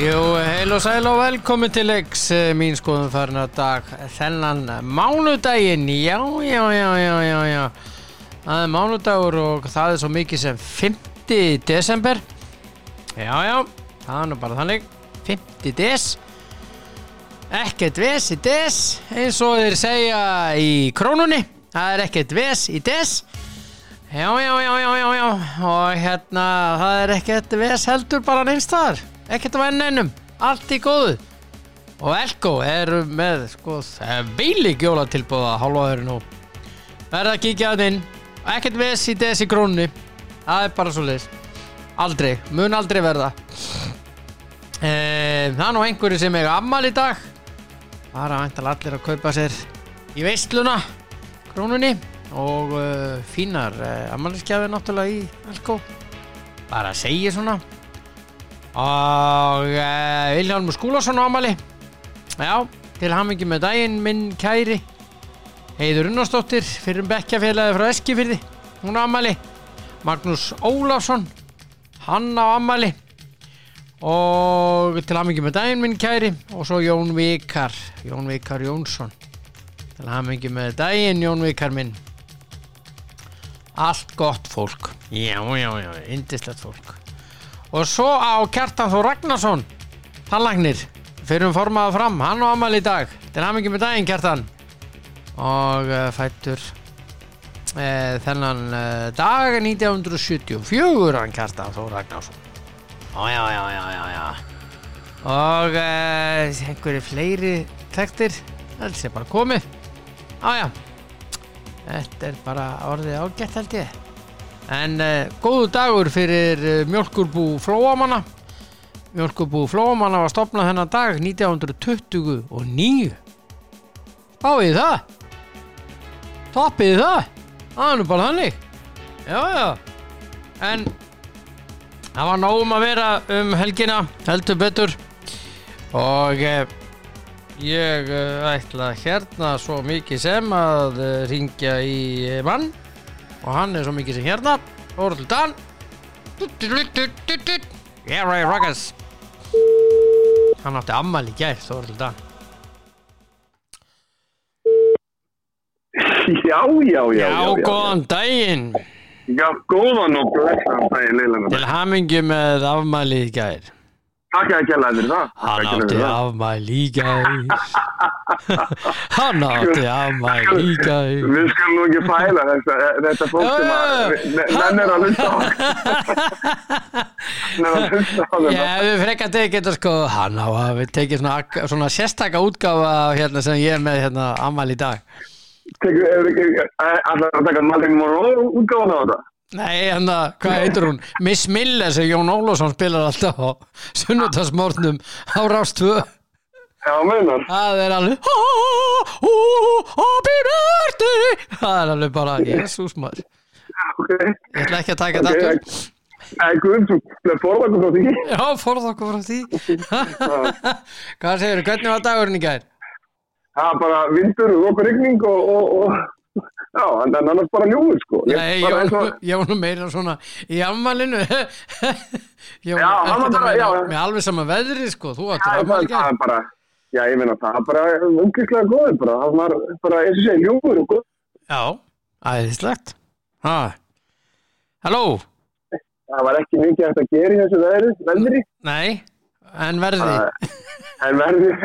Heil og sæl og velkomin til leiks eh, mín skoðum farin að dag þennan mánudaginn, já, já, já, já, já, já. Það er mánudagur og það er svo mikið sem 5. desember. Já, já, það er nú bara þannig, 5. des. Ekkert ves í des, eins og þeir segja í krónunni, það er ekkert ves í des. Já, já, já, já, já, já, og hérna, það er ekkert ves heldur bara neins þar, ekkert á ennennum, allt í góðu. Og Elko eru með sko veilík jólatilbúða hálfaðurinn og verða að kíkja það inn ekkert ves í desi grónni það er bara svo leis aldrei, mun aldrei verða e, það er nú einhverju sem eiga afmæli í dag það er að væntal allir að kaupa sér í veisluna grónunni og uh, fínar uh, afmælisgjafir náttúrulega í Elko bara að segja svona og uh, Vilhelm Skúlason á afmæli Já, til hamingi með daginn minn kæri Heiður Unnarsdóttir fyrir um bekkjafélagi frá Eskifyrði hún á ammali Magnús Ólafsson hann á ammali og til hamingi með daginn minn kæri og svo Jón Vikar Jón Vikar Jónsson til hamingi með daginn Jón Vikar minn allt gott fólk já, já, já, indislegt fólk og svo á Kjartan Þór Ragnarsson Tallagnir fyrir um formaða fram, hann á amal í dag til hamingi með daginn Kjartan og uh, fættur uh, þennan uh, dag 1974 hann Kjartan Þór Ragnarsson Ó, já, já, já, já, já og uh, einhverju fleiri tektir það sé bara komið á já þetta er bara orðið ágætt held ég en uh, góðu dagur fyrir uh, mjölkurbú flóamanna Mjölkubú Flóamanna var stopnað þennan dag 1929 Spáið þið það Toppið þið það Það er nú bara þannig Já, já En það var nóg um að vera um helgina heldur betur og eh, ég eh, ætla hérna svo mikið sem að eh, ringja í eh, mann og hann er svo mikið sem hérna Þorldur Dan Yeah, Ray Ruggers Hann átti ammali í gær, Þorldur Dan Já, já, já, Já, já, já, góðan daginn Já, góðan og blessan daginn, Leilana. Til hamingju með afmæli í gær Takk að kjalla fyrir það. Hann Takk kærlega átti fyrir það. afmæli í gær Hann átti afmæli í gær Við skalum nú ekki fæla þetta, þetta fólk sem Já, að, já, já. ne- nennir að hlusta á Nennir að hlusta á Ég þetta. hefði frekka tekið þetta sko Hann á að við tekið svona, ak- svona sérstaka útgáfa af hérna, sem ég er með hérna, afmæli í dag Tekur, er ekki, allar að taka Malin Monroe útgáðan á þetta? Nei, hérna, hvað heitir hún? Miss Miller sem Jón Ólafsson spilar alltaf á sunnudagsmórnum á Rástvö Já, meinar. Það er alveg "Ó, ó, ó, Happy birthday Það er alveg bara Jésús maður Ég Ok. ætla ekki að taka þetta Ok, aftur Æ, guðum, þú fórðakum frá því. Já, forða okkur frá því Hvað segirðu, hvernig var dagurinn í gær? Það er bara vindur og okkur rigning og, og, og já, en það er annars bara ljúið, sko. Ég- Nei, bara ég var eins og- nú- ég var nú meira svona í ammalinu Já, hann var bara- já, já. Með alveg sama veðri sko, þú Það áttir er bara- ammal í það gær er bara, já ég meina það er bara umkvíslega góður bara, það var bara eins og segja ljúfur og góð. Já, æðislegt Ha. Halló, Það var ekki mikið hægt að gera í þessu veðri, veðri, nei En verði Það en verði á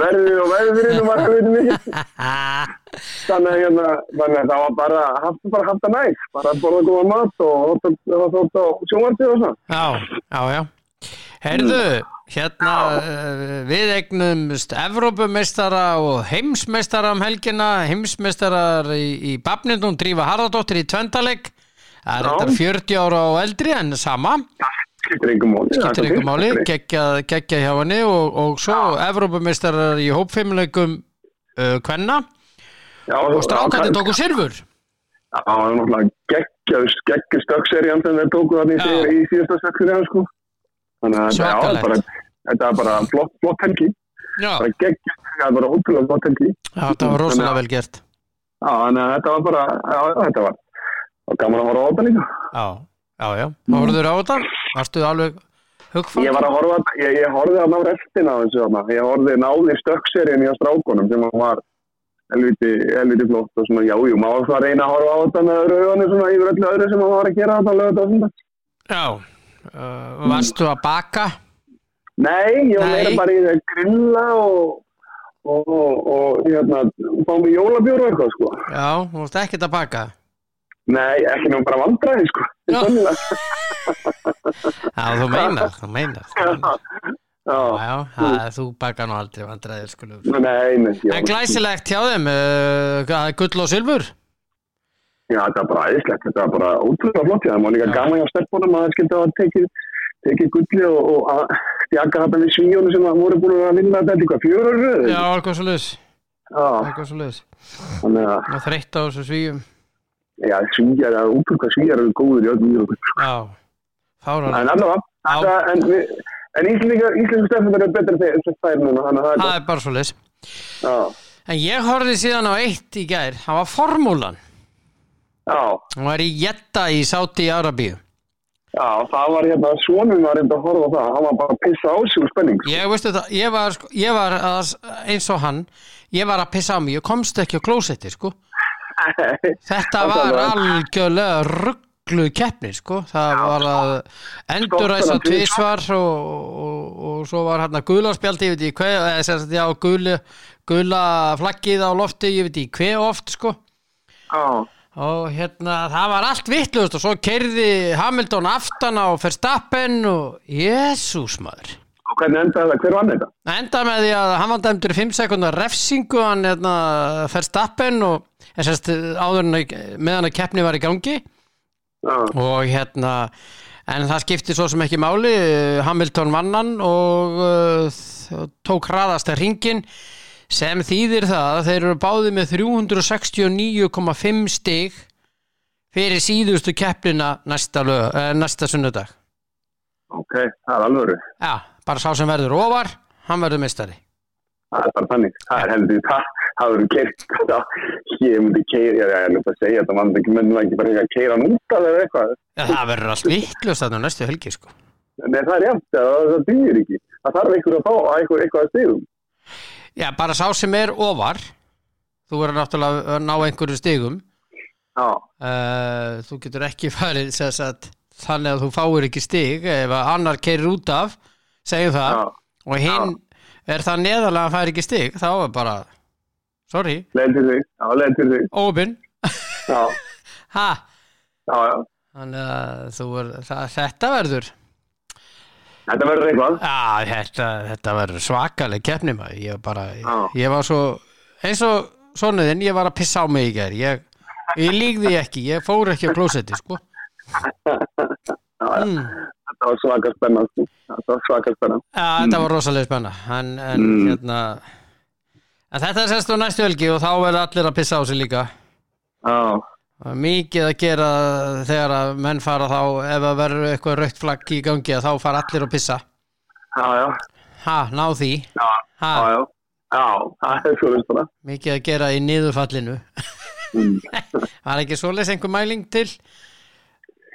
verði og veðrinu var það veitum mikið. Þannig að hérna, þannig að það var bara, hafði bara haft það næst, bara að borða góða mat og hótt á- hótt á sjónvartið og svona. Já, já, já Heyrðu, hérna uh, við eignumst Evrópumeistara og heimsmeistara um helgina, heimsmeistarar í, í Bafnindum, Drífa Harðardóttir í Tvendaleg, það er Já. þetta 40 ára og eldri en sama Skiptir engum máli. getur ykkur máli, Skiptir engu- geggja, geggja hjá henni og, og svo Evrópumeistarar í hópfimmileikum uh, kvenna Já, og strákandi tóku sirfur Já, það var náttúrulega geggjaður, geggjur stökkserían sem þeir tóku þarna í, Já. síð- í síðasta stökkserían, sko. Þannig að þetta já, Svakalegt. bara, þetta var bara flott, flott helgi, Já, bara geggjur, það var bara ótrúlega flott helgi. þetta var rosalega Þannig að- vel gert Já, þannig að þetta var bara, já, já, þetta var, var gaman að horfa á þetta líka. Já, já, já, þá voruður á þetta Varstu alveg Hugfang? Mm. Ég var að horfa, ég, ég horfði hann á restina af þessu þarna. Ég horfði náði stökkserien hjá strákunum sem hann var helviti, helviti flott og svona, já, jú, maður var að reyna að horfa á þetta með öðru augunni svona yfir öllu öðru sem hann var að gera þetta alveg þetta og svona. Já, uh, varstu að baka? Nei, ég var Nei. meira bara í því að grilla og, og, og, og hérna, fá mig jólabjóru eitthvað, sko. Já, þú varst ekkert að baka. Nei, ekki nú bara vandræði, sko. Já. Sannlega. Já, þú meinar, þú meinar. þú meinar. Já, Já. já, það, þú baka nú aldrei vandræðir, skulum. Nei, nei. Mm. já. En glæsilegt hjá þeim, uh, hvað, gull og silfur? Já, þetta er bara æðislegt, þetta er bara ótrúlega flott hjá þeim og líka Já. gaman hjá stelpunum að það skildi að tekið tekið gulli og, og að stjaka þetta við svíjónu sem að voru búin að vinna þetta eitthvað fjörur röð. Já, eitthvað svo laus, Já, eitthvað svo laus. þannig að Og þreytt á þessu svíum. já, svíjar, það er ótrúlega svíjar eru góður í öllum íðrúkum. Já, fáran. En allavega, Já. þetta, en, við- en Íslendinga, Íslendinga stelpunum eru betur þegar þess að þær núna, þannig að það er Það gott. er bara svo laus. Já, En ég horfði síðan á eitt í gær, það var formúlan. já, Hún var í Jetta í Sáti Arabíu. já, það var hérna, svonum var reynda að horfa á það, hann var bara að pissa á sig úr spenning. Ég, veistu það, ég var, sko, ég var að, eins og hann, ég var að pissa á mig, ég komst ekki á klósetti, sko. Þetta var Algjörlega. algjörlega rugglu keppni, sko. Það var að enduræsa Skottana tvísvar og, og, og svo var hérna gularspjaldi, ég veit ekki hver, eða sem sagt, já, gula, gula flaggið á lofti, ég veit ekki hver oft, sko. Já, Og hérna, það var allt vittlust og svo kerði Hamilton aftan á Verstappen og Jésús maður. og hvernig endaði það, hver vann þetta? Það endaði með því að hann var dæmdur í 5 sekundar refsingu hann hérna, Verstappen og en sérst, áður en að- meðan að keppni var í gangi Já. og hérna en það skipti svo sem ekki máli eh, Hamilton vannan og uh, þ- tók hraðasta ringin sem þýðir það að þeir eru báði með 369,5 stig fyrir síðustu keppnina næsta, lög, eh, næsta sunnudag Ok, það er alvöru. Já, bara sá sem verður ofar hann verður mistari Það er bara þannig. Það er heldur, það það verður keirt. það- Ég myndi keira, ég er lúpa að segja þetta, mann ekki, menn ekki bara eitthvað að keira hann út af eða eitthvað. Já, það verður allt vittlust þannig næstu helgi sko. Nei, það er jæmt, það, það dýr ekki. Það þarf einhver að fá að einhver eitthvað að um. stigum. Já, bara sá sem er ofar þú verður náttúrulega að ná einhverju stigum Já, uh, þú getur ekki farið sem sagt, þannig að þú fáir ekki stig ef að annar keirir út af segjum það já. og hinn er það neðalega að fær ekki stig þá er bara, sorry Leðin til þig, já, leðin til þig. óbin, Já, ha já, já. þannig að þú er, það, þetta verður Þetta verður eitthvað. Já, þetta, þetta verður svakaleg keppni maður, ég var bara, Já. ég, var svo, eins og sonuðinn, ég var að pissa á mig í gær, ég, ég líkði ekki, ég fór ekki á klósetti, sko. Mm. Þetta var svaka spennan. sko. Þetta var svaka spennan. Já, þetta var rosalega spenna, en, en hérna, en þetta er sérst á næstu helgi og þá verður allir að pissa á sig líka. Já, Það er Mikið að gera þegar að menn fara þá, ef að verður eitthvað raukt flagg í gangi, að þá fara allir að pissa. já, já. Ha, ná því. Já, Ha, já, já. Já, það er svo bara. mikið að gera í niðurfallinu. Mm. Var ekki svoleiðis einhver mæling til?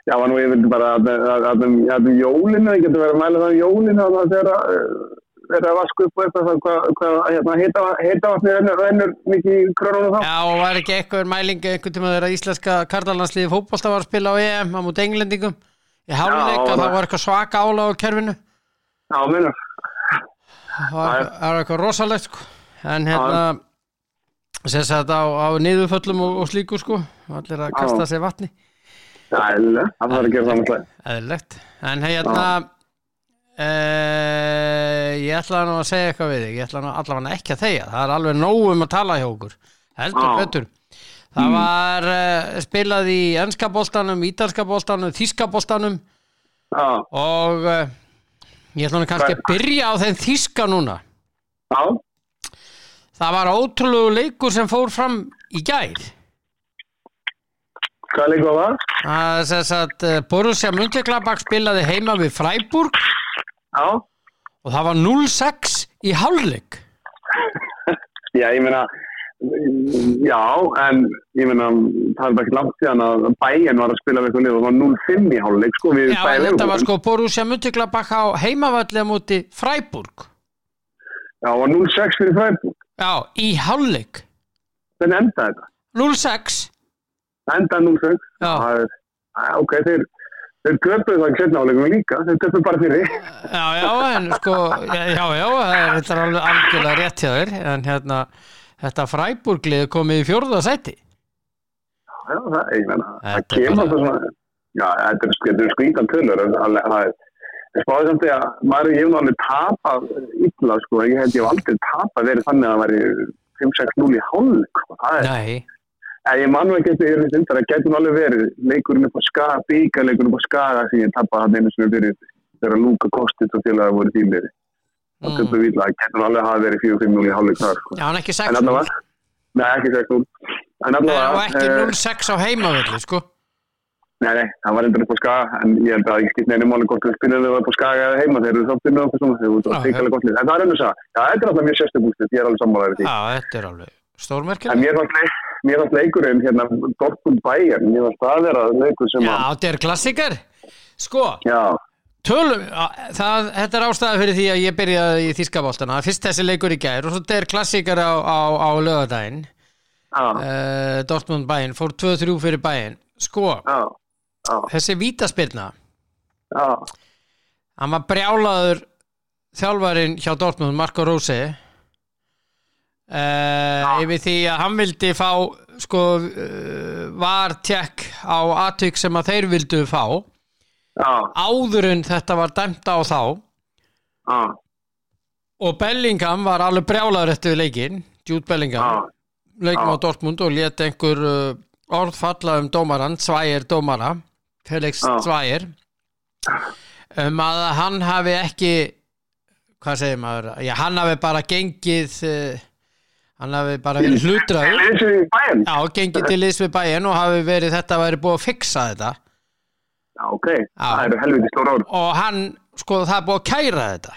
Já, var nú ég vildi bara að, að, að, um, að um jólinu, ég getur verið að mæla það um jólinu þannig að þegar að eh, þegar að vasku upp og eitthvað það hvað, hvað hérna, heita, heita vatnir ennur, ennur mikið í krónunum þá. Já, og var ekki eitthvað mæling einhvern tíma þegar íslenska kardalandsliði fótbolta var að spila á EM á múti englendingum í Já, háluleik að var það það. var eitthvað svaka ála á kerfinu Já, minnur. það var, eitthvað- það var eitthvað rosalegt sko. en hérna sem sagt á, á niðurföllum og, og slíku sko, allir að kasta sér vatni Já, eðlilega, það þarf að gera saman slæg. eðlilegt, en hérna Uh, ég ætlaði nú að segja eitthvað við þig ég ætlaði nú allavega ekki að þegja það er alveg nóg um að tala hjá okkur heldur Já. betur það var uh, spilað í ennska boltanum, ítalska boltanum, þíska boltanum Já, og uh, ég ætla nú kannski að byrja á þeim þíska núna já, það var ótrúlegu leikur sem fór fram í gær hvað leikur var það? það er þess að uh, Borussia Mönchengladbach spilaði heima við Freiburg Já, og það var 0-6 í hálfleik já, ég meina, Já, en ég meina, það er ekki langt síðan að bæinn var að spila við eitthvað lið og það var 0-5 í háluleik, sko, við Já, en þetta Bayern var Leverkusen. sko Borussia Mönchengladbach á heimavallið múti Freiburg. sko- Já, það var 0-6 fyrir Freiburg. Já, í hálfleik. Þannig endaði þetta. 0-6. Það endaði 0-6. Já. Það er, að, ok, þeir, þeir köpuðu það í setna háluleikum líka, þeir köpuðu bara fyrir. Já, já, en sko, já, já, já, það er- þetta er alveg algjörlega rétt hjá þér, en hérna, þetta Freiburglið komið í fjórða sæti. Já, það, ég meina, það Þetta er kemur bara- alltaf svona, já, þetta er, þetta er skvítan tölur, en það það er, ég spáði samt því að maður, ég hef nú alveg tapað illa, sko, ég held ég hef aldrei tapað verið þannig að það væri 5-6-0 í hálfleik, sko, það er, Nei, en ég mann ekki eftir, ég er þetta, það getur nú alveg verið, leikurinn upp á skaga, bíkarleikurinn upp á skaga, því ég tapaði hann einu sem er fyrir, þegar Lúka kostið og félagar voru tílir, það Mm. tökum við illa, það getur nú alveg hafa verið 4-5-0 í hálfleik þar, sko, já, en ekki en 6 allavega, nei, ekki 6-0, en Nei, og allavega, ekki eh, 0-6 á heimavallið, sko. Nei, nei, það var endur upp á skaga en ég held að ég skipt neina máli hvort við spilum við upp á skaga eða heima, þeir eru þáttir með okkur svona þeir eru Já, það teikalega gott lið, en það er ennur það Já, þetta er alltaf mjög sérstu bústið, ég er alveg sammálaður því Já, þetta er alveg En stórmerkileg. mér fannst leik- mér fannst leikurinn hérna Dortmund Bayern, mér fannst það vera leikur sem Já, að þetta er klassikar. Sko, Já, tölum, á- það, þetta er ástæða fyrir því að ég byrjaði í þýskabóltana. Fyrst þessi leikur í gær og svo þetta er klassikar á, á, á lögadaginn. já, Uh, Dortmund bæinn, fór 2-3 fyrir bæinn. Sko, já, já, þessi vítaspilna, já, hann var brjálaður þjálfarin hjá Dortmund, Marco Rose uh, yfir því að hann vildi fá sko uh, var tjekk á atvik sem að þeir vildu fá já, áður en þetta var dæmt á þá já, og Bellingham var alveg brjálaður eftir leikinn, Jude já, Bellingham leikum á Dortmund og let einhver uh, orð falla um dómaran, Svægir dómara, Felix Já. Svægir um að hann hafi ekki hvað segir maður, já hann hafi bara gengið uh, hann hafi bara verið Þeir hlutraður leysu í Bayern? já, gengið til liðs við bæinn og hafi verið þetta væri búið að fixa þetta Já, ok, það eru helviti stór orð og hann, sko það er búið að kæra þetta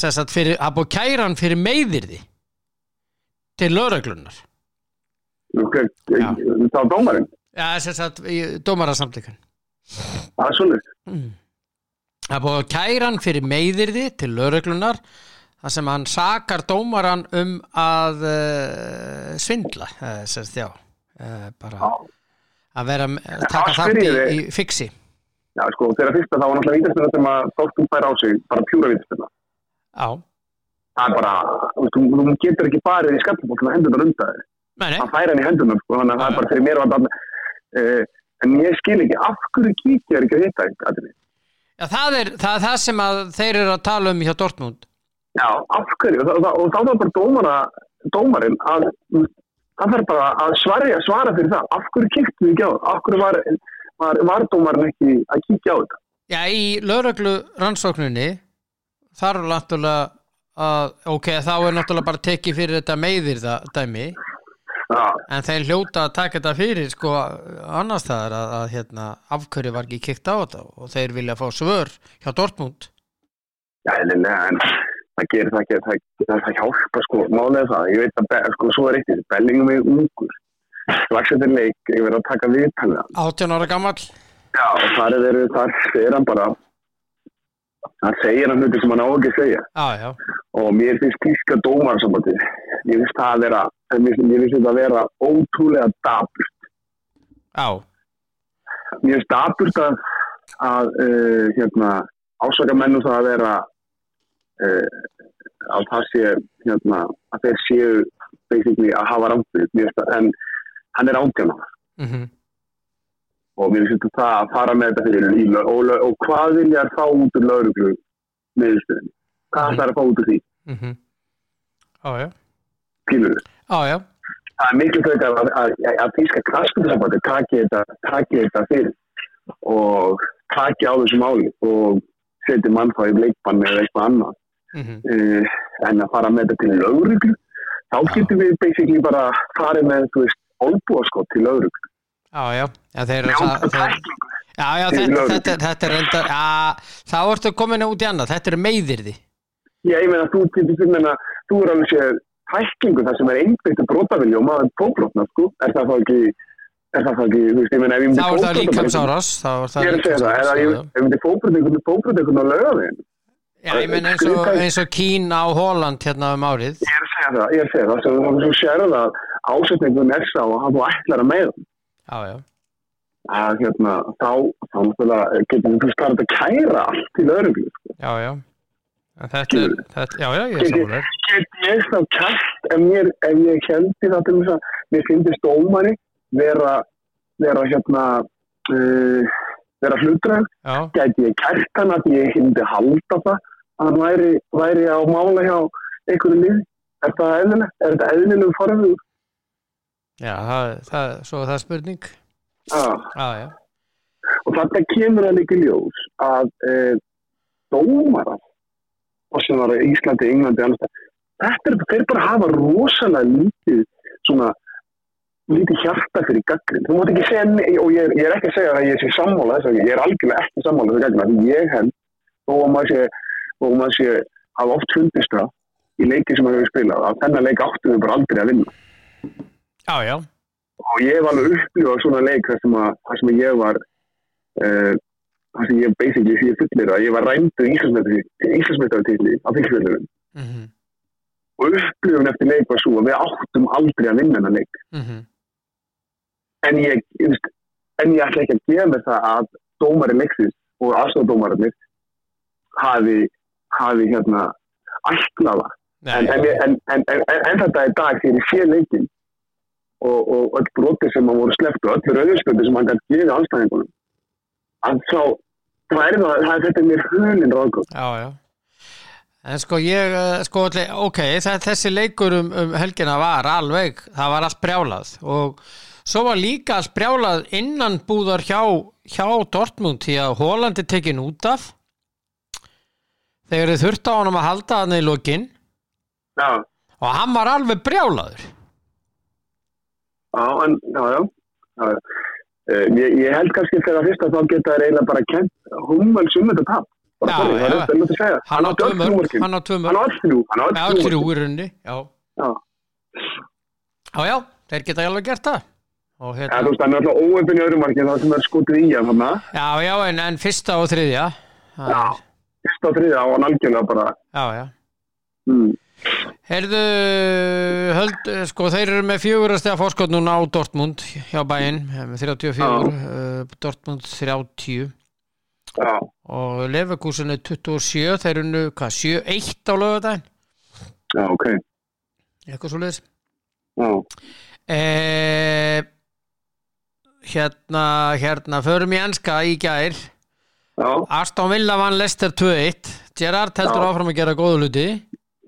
sem sagt fyrir, það er búið að kæra hann fyrir meiðirði til lögreglunar Ok, Já. Það var dómarinn, Já, sem sagt, í dómarasamtökun. það er svolítið Það er búið að kæra hann fyrir meiðirði til lögreglunar þar sem hann sakar dómaran um að uh, svindla, uh, sem sagt, já, uh, bara að vera að taka Þá spyr þátt í, ég þig. í fiksi. Já, sko, þegar fyrsta það var náttúrulega vítaspilna sem að Dortmund bæra á sig, bara pjúra vítaspilna Já, það er bara, þú, veist, þú, þú getur ekki farið í skattafólk með hendunar undan þér meni, það fær hann í hendunar, sko, þannig að það er bara fyrir mér var bara, uh, en ég skil ekki af hverju kíkja er ekki að hitta aðri. já, það, er, það er það sem að þeir eru að tala um hjá Dortmund. já, af hverju, og, og, og þá var bara dómara, dómarinn að þú veist, það þarf bara að svarja, svara fyrir það, af hverju kíktu þið ekki á það af hverju var, var, var dómarinn ekki að kíkja á þetta Já, í lögreglu rannsóknunni þar er náttúrulega að, ok, þá er náttúrulega bara tekið fyrir þetta meiðirða dæmi. já, En þeir hljóta að taka þetta fyrir sko annars staðar að, að hérna, afhverju var ekki kikt á þetta og þeir vilja fá svör hjá Dortmund. Já, eðlilega, en það gerir það ekki, það, það, það hjálpa sko, málega það, ég veit að, Be- sko, svo er eitt, bellingum er ungur, strax til leik, ég verið að taka viðtalið hann. 18 ára gammal. Já, og þar er verið, þar segir hann bara, hann segir hann hluti sem hann á ekki að segja, Já, já. og mér finnst tíska dómarsambandi, ég finnst það að vera, mér finnst, mér finnst þetta að vera ótrúlega dapur, Já, mér finnst dapurt að, að uh, hérna, ásaka mennu það að vera uh, að það sé hérna, að þeir séu basically að hafa ránfyrir en hann er átjana mm og mér finnst það að fara með þetta fyrir líla og, lög- og hvað viljar fá út úr lauruglu meðstöðin hvað ætlar að fá út úr því, mhm. já, já. skilur við Já, já. það er miklu frekar að, að, að, að þíska kraskundasambandi taki þetta, taki þetta fyrir og taki á þessu máli og seti mann þá í leikbann eða eitthvað annað mhm. uh, en að fara með þetta til lauruglu þá getum við basically bara farið með þú veist, olbúaskott til lauruglu Já, já. Já, þeir eru Já, að... Þeir... Já, já, þetta, lögreglu. þetta, þetta er enda... Já, þá ertu komin út í annað. Þetta eru meiðirði. ég meina þú getur þú meina þú er alveg sér tæklingu þar sem er einbyggtu brotavili og maður tóbrotna sko, er það þá ekki er það þá ekki, þú veist, ég meina ef ég Þá myndi er það fótbrjóta bara einhvern- líkamsárás þá er það Ég er að segja það, ef líkamsárás, ég já. ef ég myndi fóbrotna einhvern fóbrotna einhvern á lögavegin Já, ég menn eins og, eins og Kín á Holland hérna um árið ég er að segja það, ég er að segja það svo það er svo sérð að ásetningun er sá og hann þú ætlar að meða Já, já, að hérna, þá, þá náttúrulega getur þú starfð að kæra allt til öðruglu sko. já, já En Þetta er, þetta, já, já, ég er Get- sammálaður get ég þá kært ef, mér, ef ég kendi það til þess að mér finnist dómari vera, vera hérna uh, vera hlutræð Já, gæti ég kært hann að ég hindi halda það að hann væri, væri á mála hjá einhverju lið er það eðlileg, er þetta eðlileg forðu já, það, það, svo er það spurning ah. Já, já, og þetta kemur að líka ljós að e, dómarar og sem var í Íslandi, Englandi annars, staðar, þetta er, þeir bara hafa rosalega lítið svona lítið hjarta fyrir gaggrind þú mátt ekki segja, nei, og ég, ég er ekki að segja að ég sé sammála þess að ég er algjörlega ekki sammála þess að gaggrind, ég held þó að maður sé, þó að maður sé hafa oft fundist það í leiki sem maður hefur spilað, að þennan leik áttum við bara aldrei að vinna já, já og ég hef alveg upplifað svona leik þar sem, að, þar sem að ég var uh, þar sem ég basically því ég fullir að ég var rændur Íslandsmetartitli á fylgfjöldunum mhm, og upplifun eftir leik var svo að við áttum aldrei að vinna hennar leik mhm, en ég, ég veist, en ég ætla ekki að gefa mér það að dómari leiksins og aðstofdómararnir hafi, hafi hérna ætlaða Nei, en, en, já, en, en, en, en, en þetta er dag þegar ég sé leikin og, og öll broti sem að voru sleppt og öll rauðspöldi sem hann gæti gefið anstæðingunum að þá það er það, það er þetta er mér hulinn ráðgóð já, já En sko ég, eh, sko, ætli- ok, það, þessi leikur um, um helgina var alveg, það var allt brjálað og svo var líka allt brjálað innan búðar hjá, hjá Dortmund því að Hólandi tekin út af þegar þið þurft á honum að halda hann í lokin já, og hann var alveg brjálaður. já, en, já, já, já. Uh, ég, ég held kannski þegar fyrst að þá geta þær eiginlega bara kent humvel sumið þetta tap bara Já, sorry, það já. er þetta er lítið að segja Hann á tvö öll mörg, mörkin. hann á tvö hann á mörg, öll þrjú hann á já, öll þrjú þrjú í rauninni, já. Já. Já, já, þeir geta alveg gert það. Og Já, þú hérna, veist, hann er alltaf óöfinn í öðrum markið það sem er skotið í hann hann já, já, en, en fyrsta og þriðja, það Já. er, fyrst á þriða og hann algjörlega bara já, já. mm, Herðu, höld, sko þeir eru með fjögurastega fórskot núna á Dortmund hjá bæinn, með 34, uh, Dortmund 30 já, og Leverkusen er 27, þeir eru nú, hvað, 7-1 á lögadaginn, já, ok eitthvað svo leiðis. já. Eh, hérna, hérna, förum í enska í gær, Já, Aston Villa vann Leicester 2-1, Gerard heldur Já. áfram að gera góðu luti,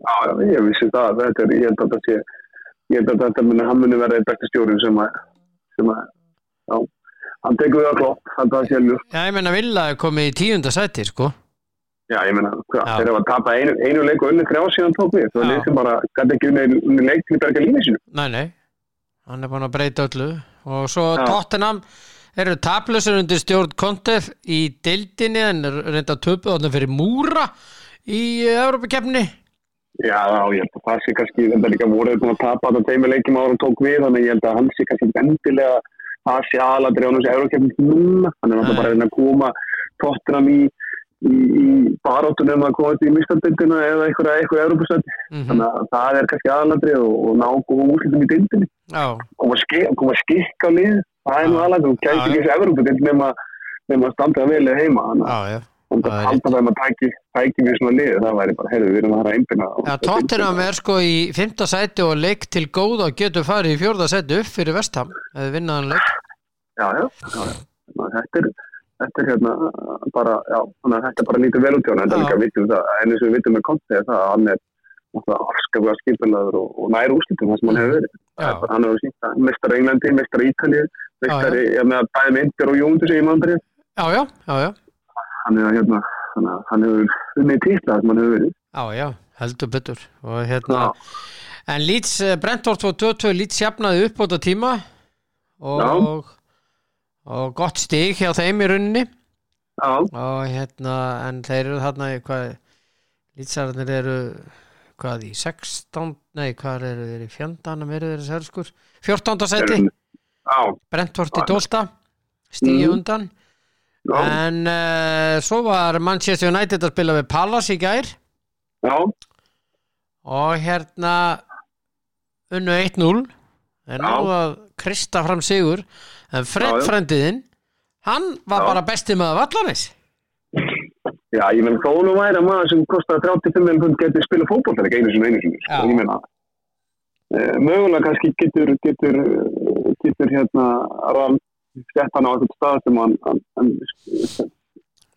já, já, ég vissi það. Þetta er, ég held að þetta sé, ég held að þetta muni, hann muni verða í besta stjórnum sem að, sem að, já, hann tekur við að klopp, hann það sé ljúft. já ég menna Villa er komið í tíunda sæti, sko. Já, ég meina, hvað, Já. þeir hafa tapað einu, einu leik og unni þrjá síðan tók við. Það Já. er lið sem bara, gæti ekki unni, unni leik til að berga lífið sínu. Nei, nei, hann er búin að breyta öllu og svo Já. Tottenham eru taplausir undir stjórn Kontef í deildinni en er reynda töpuð þarna fyrir Múra í Evropakefni Já, já, ég held að það sé kannski, þetta er líka voruð búin að tapa þetta teimu leikum ára hann tók við, þannig ég held að hann sé kannski ekki endilega það sé aðladri á hans eurokeppnum núna. Hann er Nei. náttúrulega bara að reyna að koma tóttunum í, í, í barátunum að koma til í mistandildina eða einhverja, einhverja europastönd. mm þannig að það er kannski aðalandri og, og ná góðum úrslitum í dildinni Já, koma skik, koma skikk á lið það er nú Já. aðalandri, hún gæti Já, ekki þessi Evrópudild nema, nema að standa það vel eða heima þannig já, að- já þannig það að er halda það að tæki, tæki við svona lið það væri bara, heyrðu, við erum að hæra einbina á- Já, Tottenham er sko í fymta sæti og leik til góða og getur farið í fjórða sæti upp fyrir Vestham eða vinnaðan leik já, já, já, já. Ná, þetta er þetta er hérna bara, já, þannig að þetta bara lítur vel út hjá hann, þetta Já. er líka vitum það, en eins og við vitum með Konti er það að hann er náttúrulega afskaplega skipulaður og, og nær úrslitum það sem hann hefur verið. Já. Það er bara- Hann hefur sínt að mestari Englandi, mestari Ítalið, mestari, ég með að bæði myndir og júndu sem ég maður byrja. Já, já, já, já, Hann hefur hérna, hann, hann hefur unnið títla það sem hann hefur verið. já, já heldur betur og hérna En Leeds, eh, Brentford og 22 Leeds jafnaði upp á þetta tíma og, og gott stig hjá þeim í runni Já, og hérna, en þeir eru þarna í hvað, Leedsararnir eru hvað í 16, nei hvað eru þeir í fjandanum eru þeir sérskur 14. seti, Já, Brentford í 12 stígi Mhm. undan já, en uh, svo var Manchester United að spila við Palace í gær já, og hérna unnu 1-0 en Já. náðu að krista fram sigur en Já, Fred já. frendiðinn hann var Já. bara besti með vallanis já, ég menn þó nú væri að maður sem kostar 35 miljón pund getur spila fótboll eða einu sinni, einu sinni, sko, Já. ég menna eh, mögulega kannski getur getur, eh, getur hérna rann sett hann á eitthvað stað sem hann, hann, hann eh,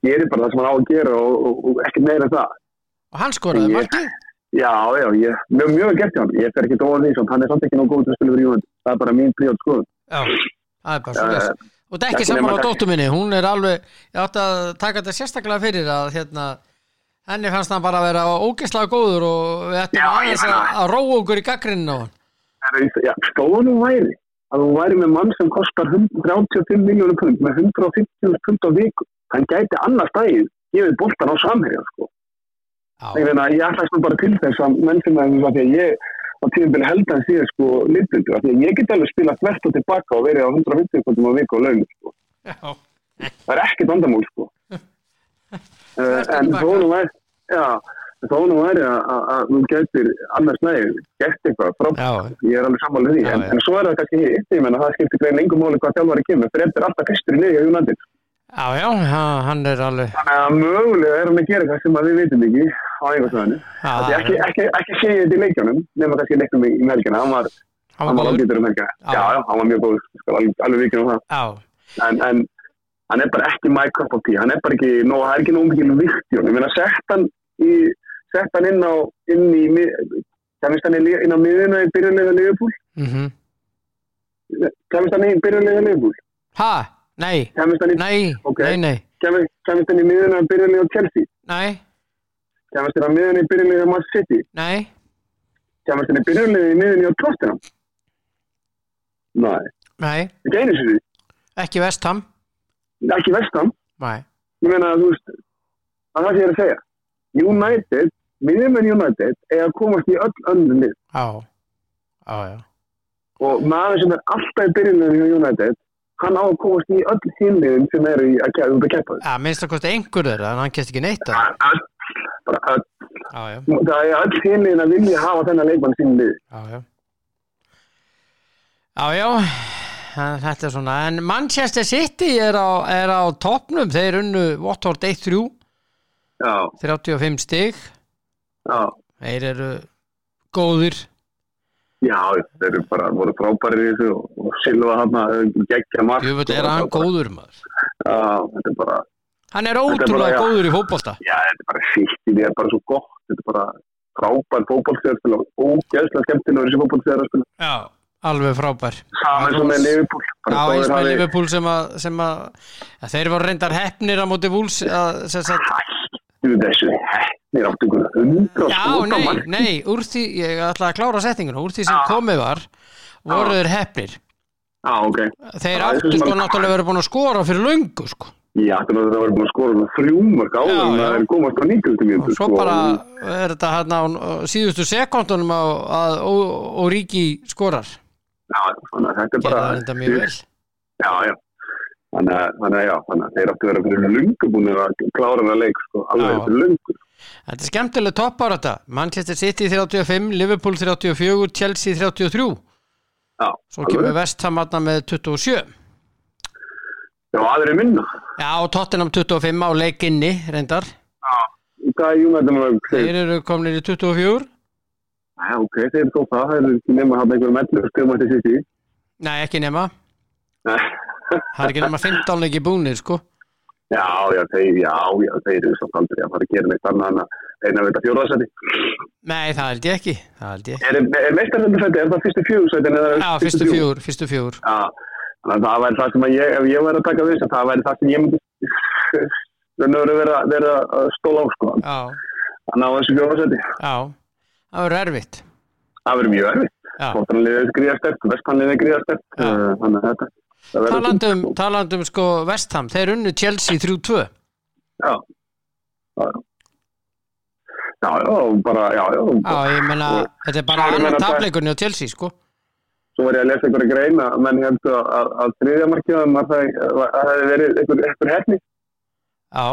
gerir bara það sem hann á að gera og, og, og ekkert meira en það og hann skoraði Ég- markið Já, já, ég, mjög, mjög gert hjá hann. Ég fer ekki dóðan því, samt hann er samt ekki nóg góð til að spila fyrir Júvend. Það er bara mín príot skoðun. Já, það er bara Já, svo já, les og þetta er ekki Ekki nema saman á takk. dóttu minni hún er alveg, ég átti að taka þetta sérstaklega fyrir að hérna henni fannst hann bara að vera ógeðslega góður og við ættum Já, ég aðeins að, meina- að róa okkur í gaggrinu á hann Það er- Já, stóðan hún væri. Að hún væri með mann sem kostar 100 35 miljónu pund með 150 pund á viku. Hann gæti annars dagið gefið boltan á samherja, sko. Já, Þannig að ég ætla sko bara til þess að menn sem að því að ég á tíðum byrja held að því sko litundu. Því að ég get alveg spila þvert og tilbaka og verið á 150 pundum á viku á launum, sko. já, það er ekkert vandamál sko uh, en tilbaka. þó nú væri já, en þó nú væri að- að að þú getur annars nægir gert eitthvað frábært, já, ég er alveg sammálið því Já, en, já. en svo er það kannski hitt, ég menna það skiptir grein engum máli hvað þjálfari kemur, fyrir þetta er alltaf fyrstur í liði hjá United, já, já, ha- hann er alveg þannig að mögulega er hann að gera eitthvað sem að við vitum ekki á einhversöðinu Ah, Já, ekki, ekki, ekki sé ég þetta í leikjónum nema kannski leiknum í, í melkina, hann var hann var hann góður var Ah. ágætur um helgina, Já. já, já, hann var mjög góð skal alveg, alveg vikið um það Já, en, en hann er bara ekki my cup of tea hann er bara ekki, nó, það er ekki nóg mikil vikt í honum. ég meina sett hann í sett hann inn á inn í mið- kemist hann í lið- inn á miðuna í byrjulega liðbúl mhm kemist hann í byrjulega liðbúl Ha, nei, kemist hann í, nei, Ok. nei, nei, kemist, kemist hann í miðuna í byrjulega Chelsea nei, kemist hann í miðuna í byrjulega Man City nei kemist hann í byrjulega í miðuna í Tottenham nei, Nei, ekki einu sér ekki vestam ekki vestam Nei, ég meina að þú veist að það sem ég er að segja United, miðjumenn United er að komast í öll önnum lið já, já, já og maður sem er alltaf í byrjunum hjá United hann á að komast í öll hinliðin sem eru í að kæða út að keppa Já, minnst að kosti einhver þeirra, en hann kemst ekki neitt að þess bara öll, Já, já, það er öll hinliðin að vilja hafa þennan leikmann sín lið já, já Já, já, það- þetta er svona En Manchester City er á, er á topnum Þeir unnu Watford 1-3 já, 35 stig já, Þeir eru góðir já, þeir eru bara voru frábæri í þessu og, og Silva hann að gegja margt Jöfull er hann góður maður já, þetta er bara, Hann er er bara, ótrúlega já. góður í fótbolta já, þetta er bara fyrst þetta er bara svo gott, þetta er bara frábær fótballstjárspil og ógeðslega skemmtilega þessi fótballstjárspil Já, alveg frábær saman sem með Liverpool Já, eins bara báðir með hafi- Liverpool sem að, sem að, að þeir voru reyndar heppnir á móti vúls að, sem sagt, hættu þessu hefnir áttu ykkur hundra já, nei, nei, úr því ég ætla að klára setninguna, úr því sem Já. komið var voru þeir heppnir Já, ok. þeir Já, ég áttu finnst sko bara- náttúrulega verið búin að skora fyrir löngu sko Já, þannig að það var búin að skora svona þrjú mörg áður Já, en það já. er komast á 90 og mínútur. svo sko. bara er þetta hérna á á síðustu sekundunum á, að Ríki skorar Já, þannig að þetta er gera bara... það þetta mjög vel Já, já. Þannig að, þannig að, já, þannig að þeir áttu að vera fyrir lungu búin að klára það leik, sko, Já. alveg fyrir lungu. þetta er skemmtileg toppar þetta Manchester City 35, Liverpool 34 Chelsea 33 Já, svo alveg. kemur Vestham hérna með 27 Já, aðri minna. Já, Tottenham 25 á leikinni reyndar, Já. Hvað er Júnættum að segja? þeir eru komin í 24 Já, ok, þeir eru þó það, þeir eru ekki nema að hafa einhverjum ellu stöðum að þessi því. nei ekki nema, það er ekki nema 15 leiki búnir sko Já, já, þeir, já, já, þeir eru samt aldrei að fara að gera neitt annað en að reyna að veita fjóðarsæti. nei það held ég ekki, það held ég ekki. Er, er meistarfjöldafætti, er það fyrstu fjögursætin? Já, fyrstu fjúr, fyrstu fjúr Já, þannig að það væri það sem að ég, ef ég væri að taka við þess að það væri það sem ég myndi raun og veru vera, vera að stóla á sko, já, að ná þessu fjóðarsæti. já, það verður erfitt Það verður mjög erfitt. já, Fóttanliðið er gríðastert, vestanliðið er gríðastert, Já. uh, þannig að þetta, það verður... talandum, talandum sko Vestham, þeir unnu Chelsea 3-2 Já. Já. já, já, og bara, já, já. og Já, bara- ég meina, og- þetta er bara Já, ég meina, annar það- tapleikunni á Chelsea, sko. svo var ég að lesa einhverja grein að menn heldur að, að, að þriðja markið að maður það að það hefði verið einhver, einhver hefni Já.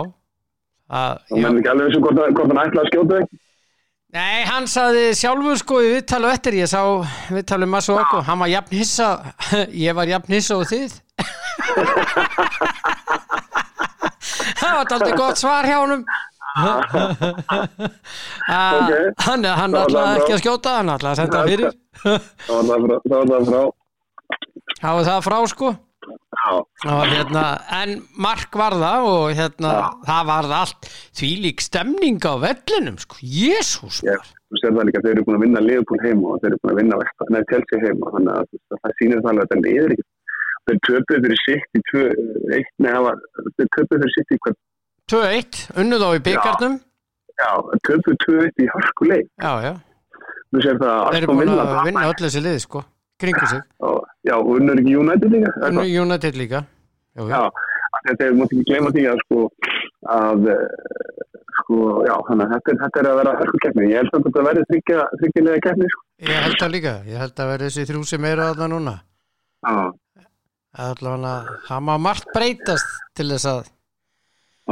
Að, og já. menn ekki alveg vissu hvort, að- hvort hann ætlaði að skjóta þig Nei, hann saði sjálfur sko í viðtalu eftir, ég sá um viðtalu massu okkur, hann var jafn hissa, ég var jafn hissa og þið. það var aldrei gott svar hjá honum. okay. Ok. Hann, hann Það var ætlaði það ekki frá. að skjóta, hann ætlaði að senda Það- fyrir. þá var það frá, þá var það frá. Það var það frá sko. Já, Það var hérna, en mark var það og hérna, Já. það var allt þvílík stemning á vellinum sko, jésús ég þú sér það líka að þeir eru búin að vinna Leopold heima og þeir eru búin að vinna Vespa, nei, Chelsea heima þannig að þú veist, það sýnir það alveg að þetta liður ekki þeir töpuð fyrir sitt í tvö, eh, eitt, nei, það var, þeir töpuð fyrir sitt í hvað 2-1, unnuð á í byggarnum já, töpuð tvö eitt í hörkuleik já, já, þú sér það þeir að eru Aston búin vinna að vinna öll þessi lið sko, kringu sig og, já, og unnur ekki United líka eitthvað. Unnu United líka já, já. Já, af því að þeir múti ekki gleyma því að sko, að eh, sko, já, þannig að þetta, er- þetta er að vera hörku keppni. Ég held að þetta verði þryggja- þryggjilega keppni, sko. ég held það líka, ég held að vera þessi þrjú sem eru að það núna Já, allavega, það má margt breytast til þess að,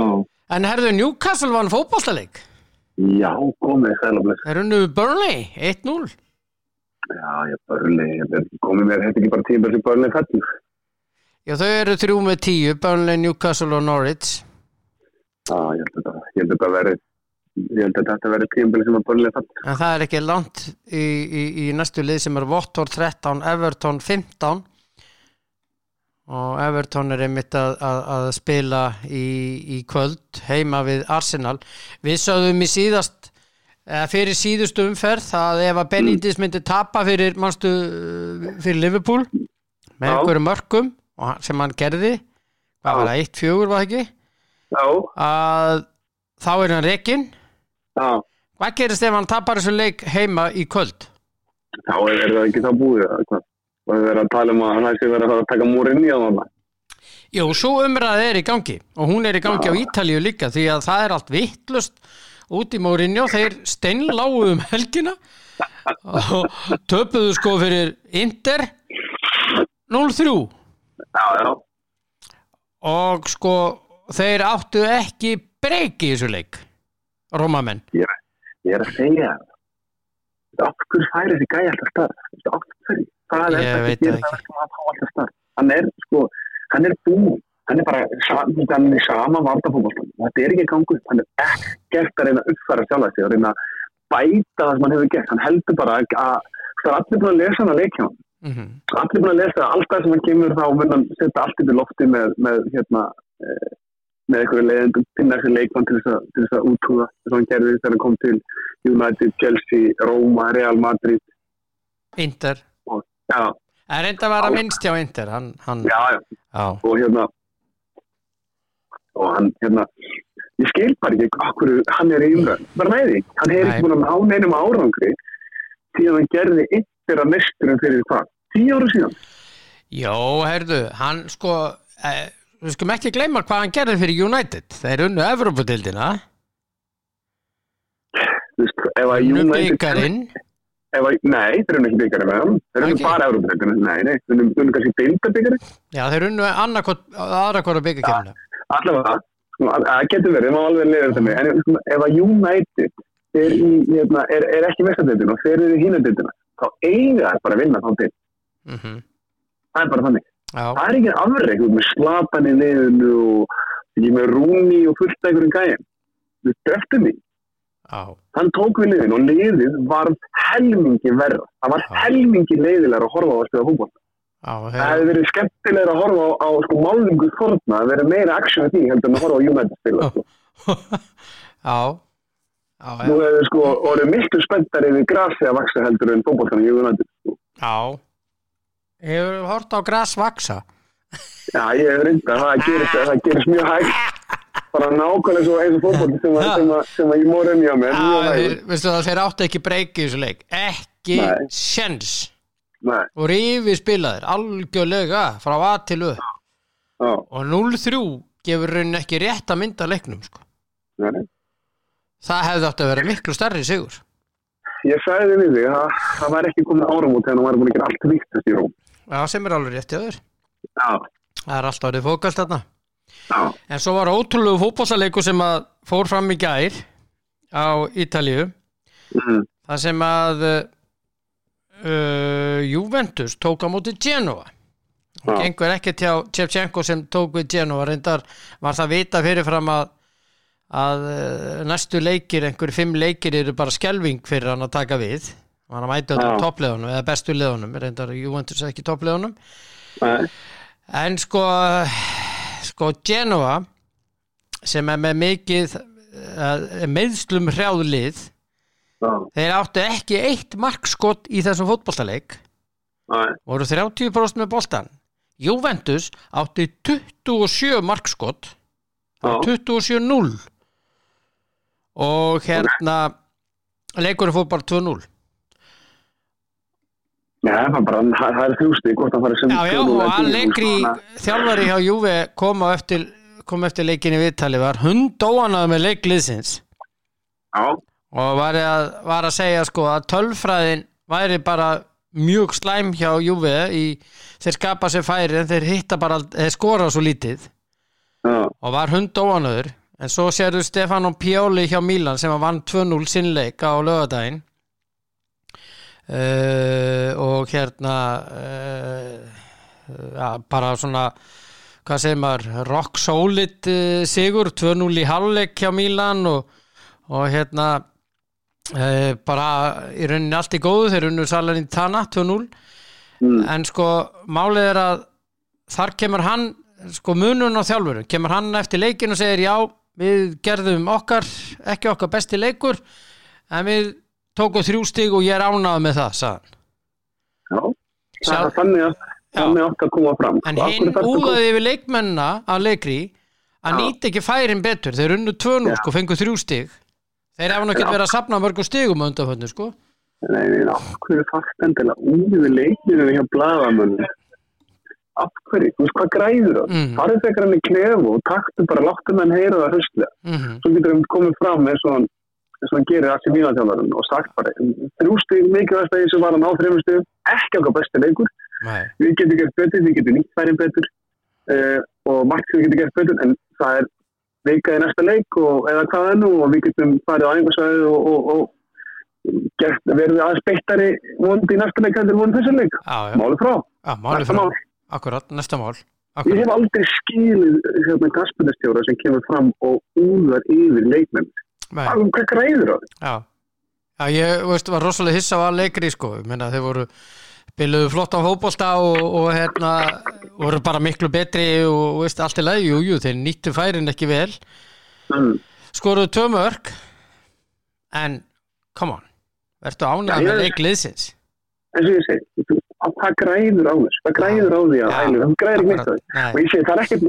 já, en herðu Newcastle vann fótballtaleik, já, komið sælumlega. þeir unnu Burnley 1-0 Já, ég börnlega, ég er ekki komið mér, þetta er ekki bara tíma sem börnlega fættur. já, þau eru þrjú með tíu, Burnley, Newcastle og Norwich Já, ég held að þetta, ég held að þetta verði, ég held að þetta verði tíma sem börnlega fættur. En það er ekki langt í, í, í næstu lið sem er Vottor 13, Everton 15 og Everton er einmitt að, að, að spila í, í kvöld heima við Arsenal. Við sögðum í síðast, eða fyrir síðustu umferð að ef að Benítez myndi tapa fyrir, manstu, fyrir Liverpool með Já. einhverjum mörkum og hann- sem hann gerði, Já. hvað var það, 1-4 var það ekki, Já, að þá er hann rekinn já, Hvað gerist ef hann tapar þessu leik heima í kvöld? þá er, er það ekki þá búið, eða hvað? Og við verðum að tala um að hann ætti að vera að fara að taka múrin í á þarna. Jú, svo umræðið er í gangi og hún er í gangi á Ítalíu líka því að það er allt vittlust út í Mourinho, þeir steinláu um helgina og töpuðu sko fyrir Inter 0-3 Já, já, og sko þeir áttu ekki breyki í þessu leik Rómamenn ég er, ég er að segja það okkur færi þessi gæja alltaf starf okkur færi það er Ég það veit sem gerir það það verkum að fá alltaf starf hann er sko, hann er búinn hann er bara sa- hann er í sama valdafókváltan þetta er ekki að ganga upp hann er ekkert að reyna að uppfæra sjálf sig og reyna að bæta það sem hann hefur gert hann heldur bara að, að það er allir búin að lesa hann að leikja hann mm allir búin að lesa allt það sem hann kemur þá mun hann setja allt yfir lofti með, með hérna eh, með einhverju leiðendum, finna þessi leikmann til þess að, til þess að útúða þess að hann gerði þegar hann kom til United, Chelsea, Roma, Real Madrid Inter, og já, það er enda að vera minnst hjá Inter hann, hann, já, já, já, og hérna og hann hérna ég skil bara ekki okkur hann er í umræðan, bara næði, hann hefur Nei. ekki búin að ná neinum árangri því að hann gerði yttir að mesturum fyrir hvað, tíu ára síðan Jó, heyrðu, hann sko eh, við skulum ekki gleyma hvað hann gerði fyrir United, þeir unnu Evropadildina, þú veist, ef að unnu United byggarinn Ef að, nei, þeir eru ekki byggari með hann. Þeir eru Ekki? bara Európa-byggari. Nei, nei, þeir eru kannski bylda byggari. já, þeir unnu aðrakora byggarkefna Allavega, sko, að- að það getur verið, maður alveg leiður þetta með. En sko, ef að United er, í, hérna, er, er ekki vestandildin og þeir eru í hínandildina, þá eiga það bara að vinna þá til. mm Það er bara þannig. Já, Það er ekki afreik út með slapan í liðinu og ekki með rúni og fullt af einhverjum gæjum. Við döftum því. já, Hann tók við liðin og liðið var helmingi verra. Það var Já. helmingi leiðilega að horfa á að spila fútbol. já Það þeir, hefði verið skemmtilega að horfa á, á sko, málningu þorna, að vera meira action að því heldur en að horfa á United spila. Sko. já, já, Nú já, hefur sko orðið miklu spenntar yfir grasi að vaksa heldur en fókbóltan í United. Sko. já. hefur hort á græs vaksa Já, ég hef reynda, það gerist, það gerist mjög hægt. Bara nákvæmlega svo eins og fókbóltan sem, að- sem, að- sem að ég mór enn hjá mér. já, mjög þeir, hægt. Ah, veistu það, þeir áttu ekki breyki í þessu leik, ekki Nei. sjens Nei, og rífi spilaðir, algjörlega frá A til U já, og 0-3 gefur raunin ekki rétt að mynda leiknum sko nei, nei. Það hefði átt að vera miklu stærri sigur. Ég sagði við þig að það var ekki komið áramót þegar hann var búin að gera allt viktast í Róm. Já, sem er alveg rétt í öður. Já, Það er alltaf orðið fókast þarna. já, En svo var ótrúlegu fótbolsaleiku sem að fór fram í gær á Ítalíu. mm, Það sem að uh, Juventus tók á móti Genova. já, og gengur ekki hjá Tjefchenko sem tók við Genova reyndar var það vita fyrirfram að að eh, næstu leikir einhver fimm leikir eru bara skelving fyrir hann að taka við og hann að mæta öllum Já. toppleðunum eða bestu leðunum, reyndar Juventus ekki toppleðunum nei, en sko sko Genova sem er með mikið eh, meðslum hrjáðlið já, þeir áttu ekki eitt markskot í þessum fótbollaleik nei, voru 30% með boltan Juventus átti 27 markskot já, 27-0 og hérna leikurinn fór bara 2-0 já, það var bara, það það er þrjústi, hvort það farið sem... já já og hann leikri þjálfari hjá Juve kom á eftir, kom eftir leikinni viðtali var hundóanað með leikliðsins Já, og var að, var að segja sko að tölfræðin væri bara mjög slæm hjá Juve í, þeir skapa sér færi en þeir hitta bara, ald- þeir skora svo lítið já, og var hundóanöður en svo sérðu Stefano Pioli hjá Milan sem að vann 2-0 sinnleika á lögadaginn uh, og hérna uh, ja, bara svona hvað segir maður, rock solid uh, sigur, 2-0 í halvleik hjá Milan og, og hérna uh, bara í rauninni allt í góðu, þeir unnu salan í Tana 2-0 mm, en sko málið er að þar kemur hann sko munun á þjálfurinn, kemur hann eftir leikin og segir já, við gerðum okkar ekki okkar besti leikur en við tókum þrjú stig og ég er ánað með það, sagðan já, Sjá- það er þannig að, þannig átt að koma fram. en Sko, af hinn hverju þarftu að koma- úðaði yfir leikmennina að leikri að Já. nýta ekki færin betur, þeir unnu 2-0 Já. sko, fengu þrjú stig þeir hefna ekki Já. verið að safna mörgum stigum á undanföndu sko, Nei, nei, af hverju fast endilega úr við leikninu hjá blaðamönnum? Af hverju? Þú veist hvað græður það? Mm. Mm. Farðu þegar hann í klefu og taktu bara láttu menn heyra það hröstlega. mm Svo getur hann komið fram eins og hann, eins og hann gerir allt í mínatjálfarinn og sagt bara þrjú stig mikilvægst að þessu var hann á þrejum stigum, ekki okkar besti leikur. -hmm. Við getum gert betur, við getum nýtt færin betur uh, og margt sem við getum gert betur en það er veikað í næsta leik og, eða hvað er nú og við getum farið á einhversvæði og, og, og gert, verið aðeins beittari vondi í næsta leik heldur en vondi í þessu leik. já, já, Máli frá. já, málið Næsta frá mál. akkurat, næsta mál Ég akkurat. hef aldrei skilið hérna gaspundastjóra sem kemur fram og úðar yfir leikmenn. Nei. Hvað hvað græður á því? Já, já ég veist, var rosalega hissa á að leikri sko, Ég meina þeir voru biluðu flott á fótbolta og, og hérna voru bara miklu betri og og veist, allt í lagi, jú, jú, þeir nýttu færin ekki vel Mm. skoruðu tvö mörg en, come on verður ánægð Já, með ég- leikliðsins eins og ég segi, þú- að það græður á þess það græður á því að Já. ælu, það græður Akkurat. ekki neitt á því Nei. og ég segi, það er ekkert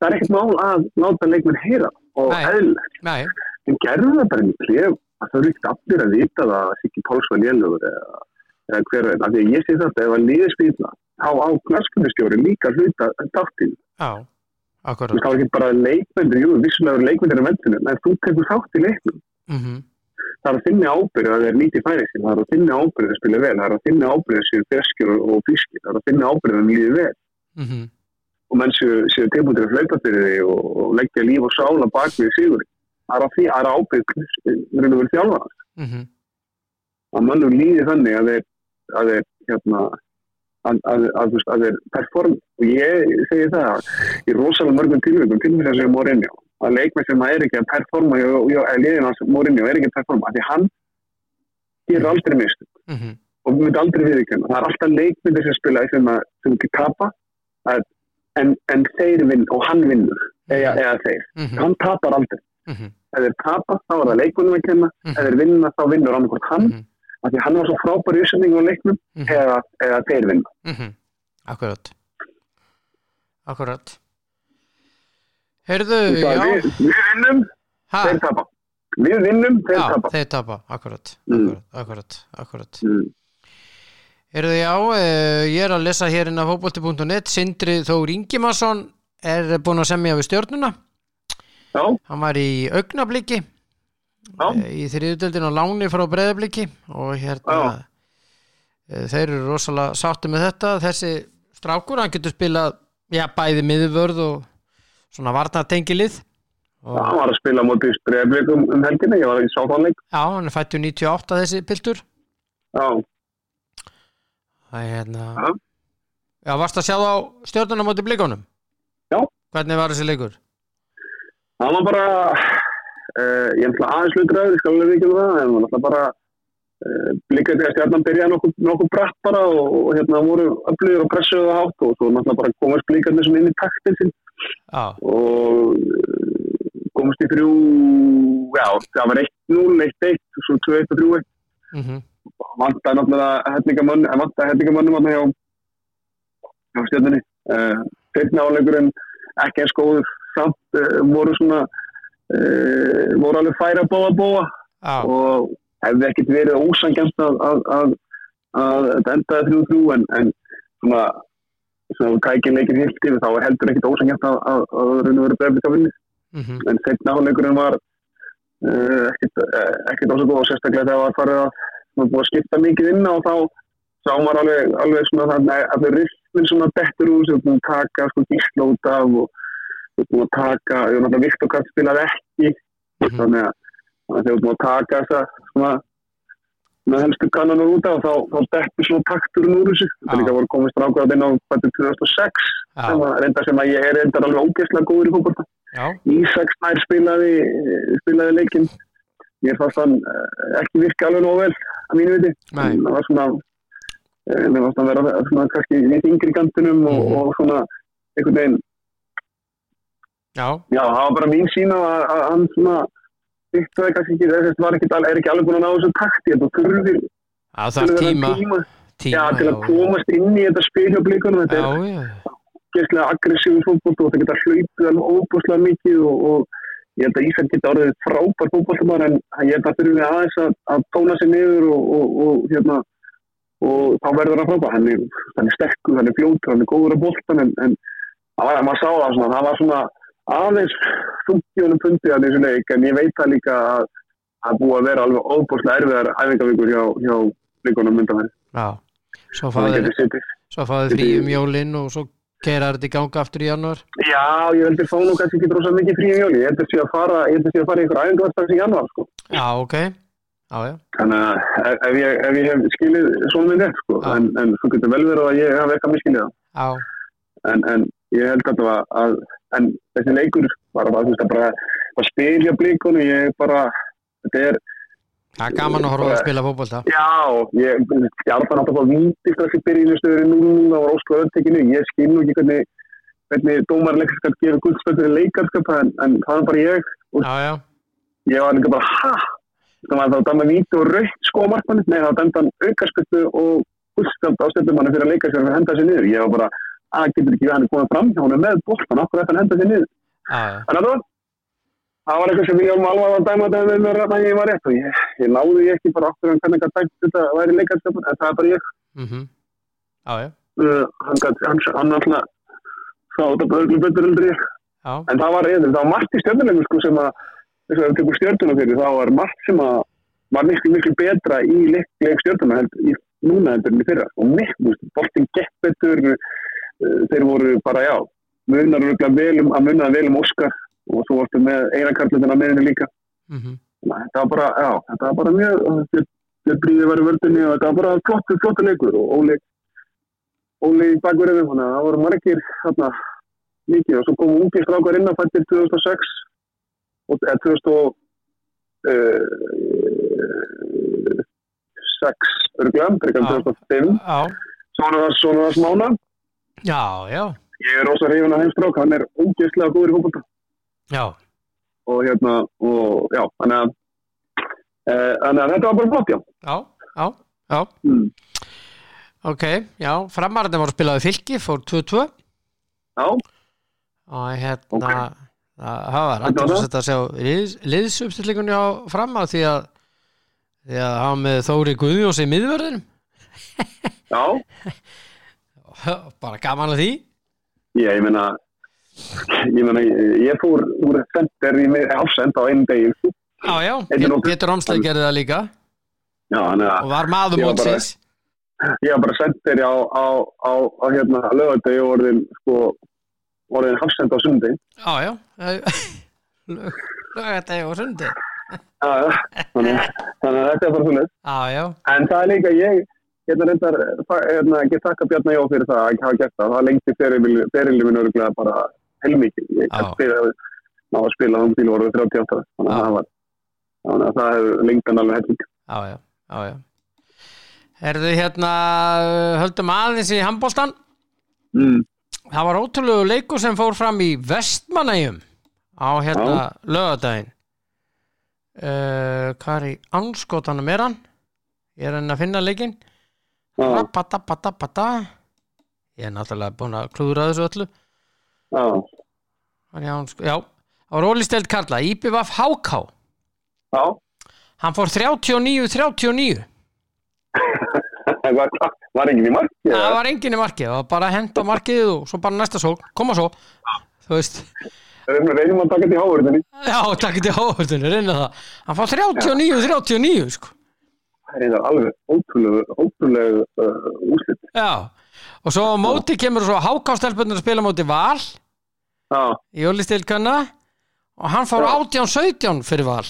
það er ekkert mál að láta leikmenn heyra og Nei. eðlilegt, Nei, en gerðu það bara í klef að það eru ekkert allir að vita það að Siggi Páls var lélugur eða, eða hver veginn, af því að ég segi þetta ef að liðið spýna, þá á knarskundustjóri líka hluta þáttinn já, Þú veist, akkurat það var ekki bara leikmennir, jú, vissulega eru leikmennir á vendinu, en þú tekur þátt í leikmenn mm það er að finna ábyrðu að það er nýtt í færi sín, það er að finna ábyrðu að spila vel, það er að finna ábyrðu að séu ferskir og, og fískir, það er að finna ábyrðu að líði vel -hmm. og menn séu, séu tilbúin til að flauta fyrir því og, og leggja líf og sála bak við sigur. Það er að því það er eh, ábyrðu að vera þjálfara. Mm -hmm. Að mannum líði þannig að þeir, að þeir, hérna, að, að, að, þú veist, að þeir perform og ég segi það í rosalega mörgum tilvægum til þess að segja Mourinho að leikmenn sem er ekki að performa hjá, hjá, að liðin hans Mourinho er ekki að performa af því hann gerir aldrei mist Mm -hmm. og við myndum aldrei viðkjöna. Það er alltaf leikmyndir sem spila sem, að, sem ekki tapa að, en, en þeir vinn og hann vinnur eða, eða þeir. mhm, Mm. Hann tapar aldrei. Ef þeir tapa þá er það leikmyndum að kenna ef þeir vinna þá vinnur annarkort hann mm Mhm. af því að hann var svo frábær í uppsetningu á leikmum eða, eða þeir vinna. Mhm. Akkurat Akkurat Heyrðu, Þú veist að já Við, við vinnum, ha, þeir tapa. Við vinnum, þeir já, tapa. þeir tapa, akkurat Mm. Akkurat, akkurat, akkurat. Mm. Heyrðu, já, eh, ég er að lesa hér inn á fótbolti.net Sindri Þór Ingimarsson er búinn að semja við stjórnuna Já, Hann var í augnabliki já, í þriðutöldin á láni frá breyðabliki og hérna Já. eh, þeir eru rosalega sátti með þetta þessi strákur, hann getur spilað já, bæði miðurvörð og svona varnatengilið og hann var að spila mútið streflik um, um helginni, ég var í sáfánleik, já, hann er fættu 98 þessi piltur já, það er hérna Já. já, varst að sjá það á stjórnuna móti blikunum já, hvernig var þessi leikur? Það var bara, uh, ég ætla aðeins hlutraður, ég skal alveg vikið um það, en það var bara uh, blikað til að stjarnan byrjaði nokkuð, nokkuð bratt bara og, og hérna voru öflugir og pressuðu það hátt og svo náttúrulega bara komast blikarnir sem inn í taktin sinn Já, og uh, komast í þrjú, já, það var 1-0, 1-1, svo 2-1 og 3-1 mhm vantaði náttúrulega hellingamann en vantaði hellingamannum að hjá, hjá stjórnunni uh, fyrna áleikurinn ekki eins góður samt uh, voru svona uh, voru alveg færa að bóa bóa Já, og hefði ekkert verið ósangjast að, að, að, að þetta endaði þrjú þrjú en, en svona svona tækinn leikir hilt yfir þá er heldur ekkert ósangjast að, að, að raun og vera breflika vinni mhm, en þeirna áleikurinn var uh, ekkert, uh, ekkert ásöku og sérstaklega þegar var farið að það var búið að skipta mikið inn á þá sá maður alveg, alveg svona þannig að það rifnir svona dettur úr sem búið að taka sko gíslót af og við búið að taka, ég var náttúrulega vilt og kallt spilað ekki Mhm. þannig að þannig að þegar við búið að taka þessa svona með helstu kannanur út af þá, þá dettur svona takturinn úr þessu þetta Já. líka voru komist rákvæðað inn á fættu 2006 Já. sem að reyndar sem að ég er reyndar alveg ógeðslega góður í fólkbólta já, Ísak Snær spilaði, spilaði leikinn. Mér fannst hann eh, ekki virka alveg nóg vel að mínu viti. Nei. Það var svona, eh, mér fannst hann vera svona kannski nýtt yngri í kantinum og, Mhm. og svona einhvern veginn. já, Já, það var bara mín sína að, að hann svona vittu kannski ekki, þess að ekki, er ekki alveg búin að ná þessu takti þetta þurfir já, það er þurfir tíma, tíma, tíma já, til að já. komast inn í þetta spilja blíkunum, þetta er Já, já, gæslega aggressífum fótbolta og það geta hlaupið alveg óbúslega mikið og, og ég held að Ísak geta orðið frábær fótboltamar en ég held að þurfum við aðeins að, að tóna sér niður og, og, og hérna og þá verður hann frábær, hann er, hann er sterkur, hann er fljótur, hann er góður á boltan en, en það var, maður sá það svona, það var svona aðeins þungjónum fundið að þessu leik en ég veit það líka að það er búið að vera alveg óbúslega erfiðar æfingavíkur hjá, hjá líkunum myndafæri. já. Svo Það fáðu getur setið svo fáðu frí um jólinn og svo keirar þetta í ganga aftur í januar Já, ég heldur fá nú kannski ekki rosa mikið frí um jóli. Ég heldur sé að fara, ég heldur sé að fara í einhver æfingarvastans í januar, sko. Já, ok, já, já, Þannig að ef- ef ég, ef ég hef skilið svona minn rétt, sko, Já. en, en svo getur vel verið að ég hafi eitthvað miskilið það. já, En, en ég held að það var að, en þessi leikur var bara, þú veist, að bara, bara spilja blíkunu, ég bara, þetta er, það er gaman að horfa að spila fótbolta Já, ég stjartan átt að fá víti strax í byrjunu stöður nú, það var óskar ölltekinu, ég skil nú ekki hvernig, hvernig dómarleikskap gefur guldspöldur í leikarskap, en, en það var bara ég og Já, já, ég var líka bara, ha? Það var þá dæma víti og raukt sko á markmanni, nei það dæmd hann aukarspöldu og guldspöld á stöðum hann fyrir að leika sér að henda sér niður, ég var bara, að getur ekki hann er komið fram hjá hann er með bóltan, okkur eftir hann henda sér niður. já, já, Þannig að það- það var eitthvað sem ég var alveg að dæma þetta með mér að ég var rétt og ég, ég náði því ekki bara okkur hann hvernig að dæmt þetta væri leikarskapur en það er bara ég, mhm, já, já, uh, hann gæti, hann, hann alltaf sá þetta bara öllu betur en ég já, en það var reyður, það var margt í stjörnulegum sko sem að, þess að við tekum stjörnuna fyrir það var margt sem að var miklu miklu betra í leikleik stjörnuna held, í, núna heldur enn í fyrra og miklu, boltin gett betur uh, þeir voru bara já munar örugglega vel um, að munaði vel um Óskar og svo varstu með einakarlutina meðinu líka mhm, Nei, þetta var bara, já, þetta var bara mjög, eh, þetta er bríðið verið vördunni og þetta var bara flottu, flottu leikur og Óli, Óli í bakverðinu, þannig að það voru margir þarna mikið og svo komu ungi strákar inn að fættir 2006 og eh, eða 2006 Já. örglega, frekar 2005, já, svona það, svona það smána. já, já, Ég er rosa hrifin af þeim strák, hann er ógeðslega góður í fólkvölda. já, og hérna og já, þannig að e, þannig að þetta var bara flott, já já, já, já, mm. ok, já, framarðin voru spilaði fylki, fór 2-2 já, og hérna Ok. okay. það var Þetta alltaf var sett að sjá liðs, liðsupstillingunni á fram að því að því að hafa með Þóri Guðjóns í miðvörðinum já, bara gaman að því ég, ég meina ég meina, ég, ég fór úr center í mig afsend á einn degi sko. Já, já, Þetta er nú- Pétur Ómsleik gerði það líka Já, þannig og að var maður Ég var bara- mótsins ég var bara sendir á, á, á, á hérna lögadegi og orðin, sko, orðin hafsend á sundi. Já, já Lögatæg og sundi Já, já, þannig, þannig að þetta er bara svona. Já, já, En það er líka ég, hérna reyndar, fa- hérna, get þakka Bjarni Jó fyrir það að hafa gert það. Það lengti fyrirlið minn örgulega bara heilmikið. Ég Já. gæti spila, ná að spila um til orðið 38. Þannig Já. að það var, þannig að það hefur lengt hann alveg helling. já, já, já, já. Herðu hérna höldum aðeins í handbóltan Mm. Það var ótrúlegu leikur sem fór fram í Vestmanægjum á hérna lögadaginn uh, Hvað er í anskotanum er hann? Ég er enn að finna leikinn Já, Rapatapatabata Ég er náttúrulega búin að klúðra þessu öllu já, Hann Já, sko, já Það var ólisteld Karla, IPVF HK já. Hann fór 39-39 Var, var enginn í markið? Það var enginn í markið, það var bara að henda á markið og svo bara næsta sól, koma svo Þú veist, Við reynum að taka þetta í háverðinni. já, takk til áhörðinu, reyna það Hann fór 39-39 sko Það er reyndar alveg ótrúlegu, ótrúlegu uh, úslit. Já, og svo á móti kemur svo hákástelpunar að spila á móti Val Já, í Jólistilkanna og hann fór Já. 18-17 fyrir Val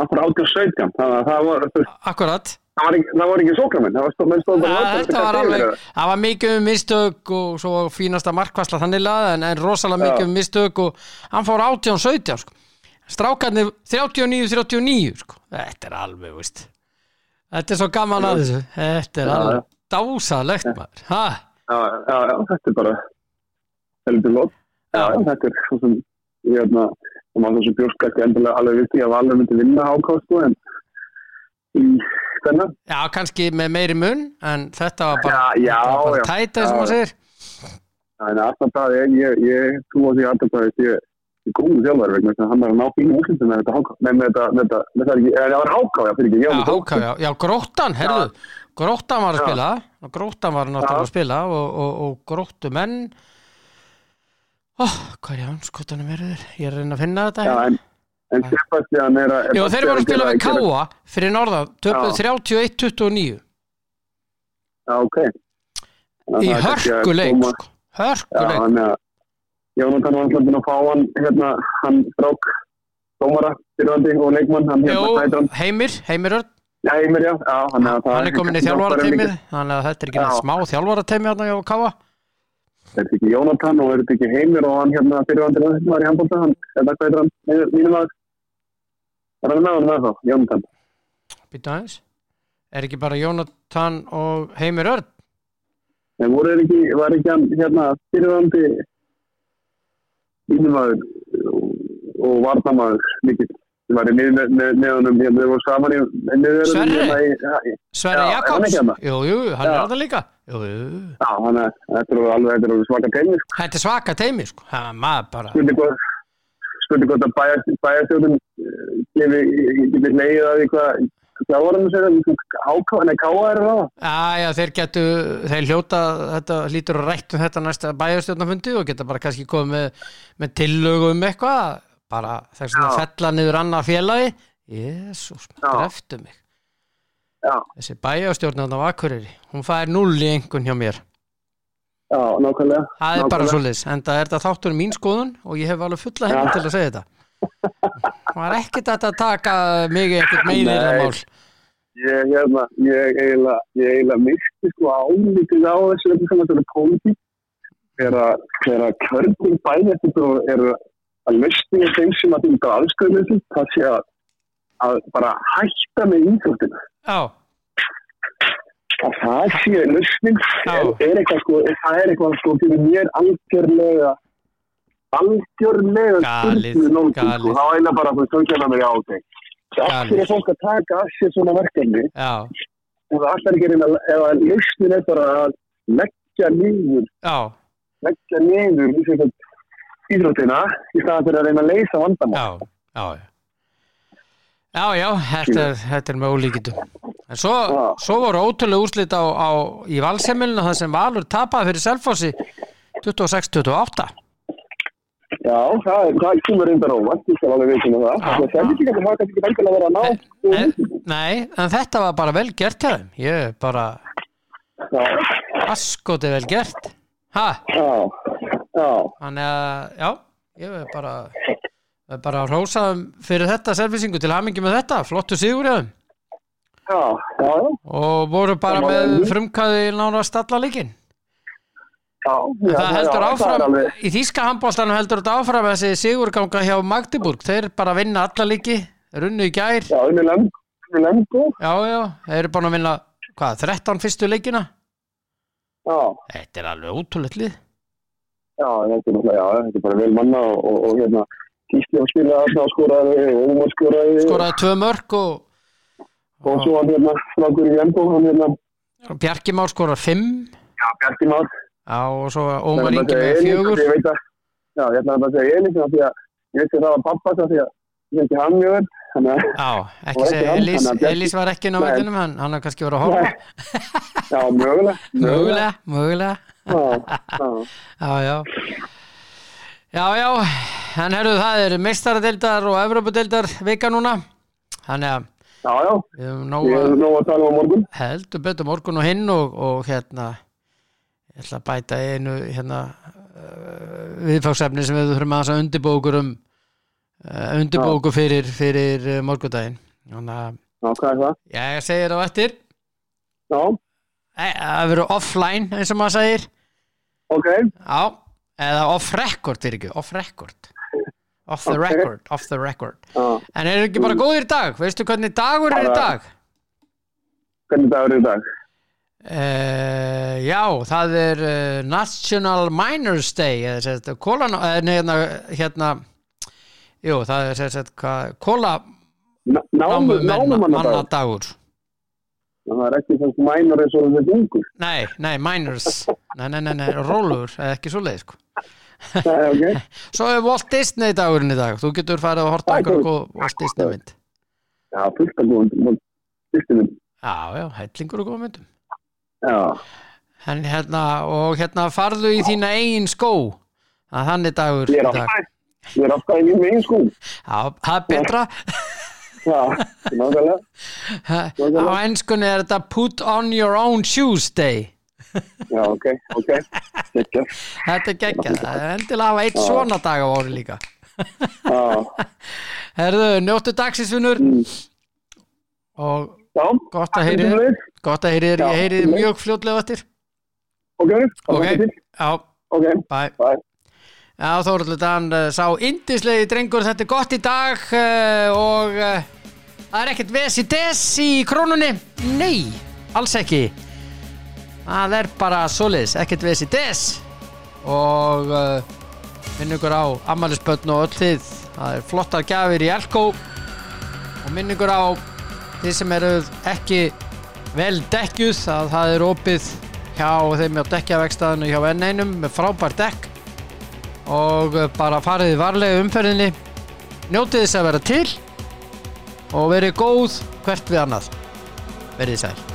hann fór 18-17. Þannig að það var, þú veist, Akkurat það var ekki, það var ekki sókramenn. Það var stóð, menn stóð Já, bara láta þetta taka var yfir alveg, það. það var mikið um mistök og svo fínasta markvarsla þannig laða en, en rosalega Já. mikið um mistök og hann fór 18-17 sko. strákarnir 39-39 sko. þetta er alveg, veist þetta er svo gaman að þessu þetta er Já, alveg dásalegt maður ha? já, já, já, þetta er bara heldur lót já, Já. þetta er svo sem ég hérna, það var svo sem bjóst ekki endilega alveg við því að Valur myndi vinna háká sko, en í spenna já, kannski með meiri mun en þetta var bara, Já, já, þetta var bara já. tæta Já, sem maður já. segir en aðnabæði, ég, ég, ég trú á því aðnabæði því ég góðu þjálfari vegna þess að hann var að ná fínu úrslitum með þetta háká nei, með þetta, með þetta, með þetta, með það var háká, já, fyrir ekki, já, ég var háká, já, já, gróttan, herðu gróttan var að Já. spila og gróttan var náttúrulega Já. að spila og, og, og gróttu menn oh, hvað er ég anskotanum er þér ég er að reyna að finna þetta já, hérna. en, en Sebastian er að Jú, þeir voru að spila við gera- Káa fyrir norðan, töpuð 31-29 já, ok Þannig í að það er kannski að hörkuleik koma- sko. Já, hörkuleik, hann er Jónatan var alltaf búinn að fá hann hérna, hann strák dómara, fyrrandi og leikmann hann hérna hættur Jú, hann, heimir, heimir Örn já, Eimir, já, já hann, er, hann er komin í þjálfara teimið þannig að þetta er ekki Já. með smá þjálfara teimi hérna hjá Káa þetta er ekki Jónatan og er þetta ekki Heimir og hann hérna fyrrandi var í handbólta hann, þetta hvað heitir hann, Mínu- mínum að er hann með hann með þá, Jónatan býta aðeins er ekki bara Jónatan og Heimir Örn en voru þeir ekki, var ekki hann hérna fyrrandi mínum að og varnamaður líkið sem var í miðunum, hérna, þeir voru saman í miðunum, Sverrir? hérna í, Sverri Já, er hann Jakobs ekki hérna? Jú, jú, hann Já. er hann líka jú, jú. Já, þannig að þetta eru alveg, þetta eru svaka teimi. sko. Þetta er svaka teimi sko. ha, maður bara Spurning hvað, spurning hvað það bæjar- bæjarstjórnin eh, gefi, gefi leiðið að því hvað, hvað var hann að segja, háká, nei, káa er það? Æja, þeir getu, þeir hljóta þetta lítur að rættu þetta næsta bæjarstjórnafundi og geta bara kannski komið með, með tillögu um eitthvað bara þess að Já. fella niður annað félagi Jésús, Já. dreftu mig Já, þessi bæjarstjórnan á Akureyri hún fær null í engun hjá mér já, nákvæmlega. það er bara nákvæmlega. svoleiðis, en það er þetta þáttur mín skoðun og ég hef alveg fulla Já. henni til að segja þetta það var ekkert hægt að taka mig í einhvern meðir Nei. mál Ég, hérna, ég eiginlega, ég eiginlega misti sko álítið á þessu öllu sem þetta eru pólitík. Þegar, þegar körnum bæjarstjórn og eru að löstinga þeim sem að þýnda aðstöðleysi, það sé að, að bara hætta með íþjóttina. já, að það sé lausning Já. er, er eitthvað sko, það er eitthvað sko fyrir mér algjörlega algjörlega Galið, sturgluð nálgun, sko. galið. það var eina bara að þú kemur mér á þig Galið. allt fyrir fólk að taka að sér svona verkefni já, og það allar ekki reyna ef að lausnin er bara að leggja niður já leggja niður í þess að íþróttina í staðan fyrir að reyna að leysa vandamál já, já, já. Já, já, þetta, er- þetta er með ólíkitum. En svo, Já. svo voru ótrúlega úrslit á, á, í valsemilinu það sem Valur tapaði fyrir Selfossi 26-28. Já, það, er- það kemur reyndar óvart, ég skal alveg veikinu það. Já, Það er ekki kannski, það er kannski ekki endilega verið að ná. En, nei, en þetta var bara vel gert hjá þeim. Ég er bara Já, askoti vel gert. Ha, já, já, þannig að, já, ég er bara, er bara að rósa þeim fyrir þetta servísingu til hamingi með þetta. Flottu sigur hjá þeim. já, já, Og voru bara Það var með vel. frumkæði nánast alla líkin. já. En já, það heldur já, Það er áfram, alveg, í þýska handbóltanum heldur þetta áfram þessi sigurganga hjá Magdeburg. Þeir bara vinna alla líki, runnu í gær. já, um unni lemn, unni lemn, já, Já, já, þeir eru búin að vinna, hvað, 13 fyrstu leikina? Þetta er alveg ótrúlegt lið. já, þetta er náttúrulega, já, þetta er bara vel manna og, og, og hérna, Gísli var skiljaði þarna og skoraði og Ómar skoraði Skoraði tvö mörg og og svo hann hérna, flagur í Vembó, hann hérna, og Bjarki Már skoraði fimm já, Bjarki Már. já, og svo Ómar Ég ætla Ingi með bara að segja Elín, fjögur. því Ég veit að, já, ég ætla bara að segja Elín, því að ég veit að það var pappa það því að ég hendi hann mjög vel, þannig að, Já, ekki Og ekki segja hann, Elís, þannig að Bjarki- Elís var ekki inn á Nei. vellinum, hann, hann er kannski voru að horfa. já, mögulega. Mögulega, mögulega. Já, já, Já, já. Já, já, en herru það er mistaradeildar og Evrópadeildar vika núna. Þannig að já, já, við höfum ég nógu er nóg að tala um á morgun. heldur betur morgun og hinn og, og hérna ég ætla að bæta einu hérna uh, viðfagsefni sem við þurfum aðeins að undirbúa okkur um uh, undirbúa okkur fyrir, fyrir uh, morgundaginn þannig að Já, hvað er það? ég segir á eftir Já, Eh, að vera offline eins og maður segir ok, já, eða off record er ekki, off record off the Ok. record, off the record já, en eru ekki bara góðir í dag, veistu hvernig dagur er í Bara- dag? hvernig dagur er í dag? Uh, já, það er uh, National Miners Day eða sérst, kólan, eh, nei, hérna, hérna jú, það er sérst, hvað, kóla Ná- Námu, námumannadag. mannadagur Það er ekki þess mænur eins og þessi ungur. nei, nei, miners nei, nei, nei, nei, rólur, eða ekki svo leið sko. Það er ok. svo er Walt Disney dagurinn í dag þú getur farið að horta Það er einhverjum cool. góð Walt Disney mynd Já, fullt að góðum. Fyrstu minn. já, já, hellingur og góð myndum Já, en, hérna, og hérna farðu í þína eigin skó að hann er dagur ég í er dag alltaf, ég er alltaf í mínum eigin skúm. Já, það er betra Já, nákvæmlega. Á ennskunni er þetta put on your own shoes day Já, ok, ok. Ekki. Þetta er geggjað, það er endilega að hafa eitt svona dag á ári líka Já, Herðu, njóttu dagsinsvinnur Mm. og já. gott að heyri þér. gott að heyri þér, ég heyri þér mjög fljótlega eftir Ok, Ok, ok, já, ok, bæ bye. Já, Þóruldur Dan eh, sá indislegi drengur, þetta er gott í dag eh, og eh, það er ekkert ves í des í krónunni. Nei, alls ekki. Það er bara svoleiðis, ekkert ves í des og eh, minn ykkur á ammælisbönn og öll þið. Það er flottar gjafir í Elko og minn ykkur á þið sem eru ekki vel dekjuð að það er opið hjá þeim hjá dekkjavegstaðinu hjá N1 með frábær dekk og bara farið varlega í umferðinni njótið þess að vera til og verið góð hvert við annað verið sæl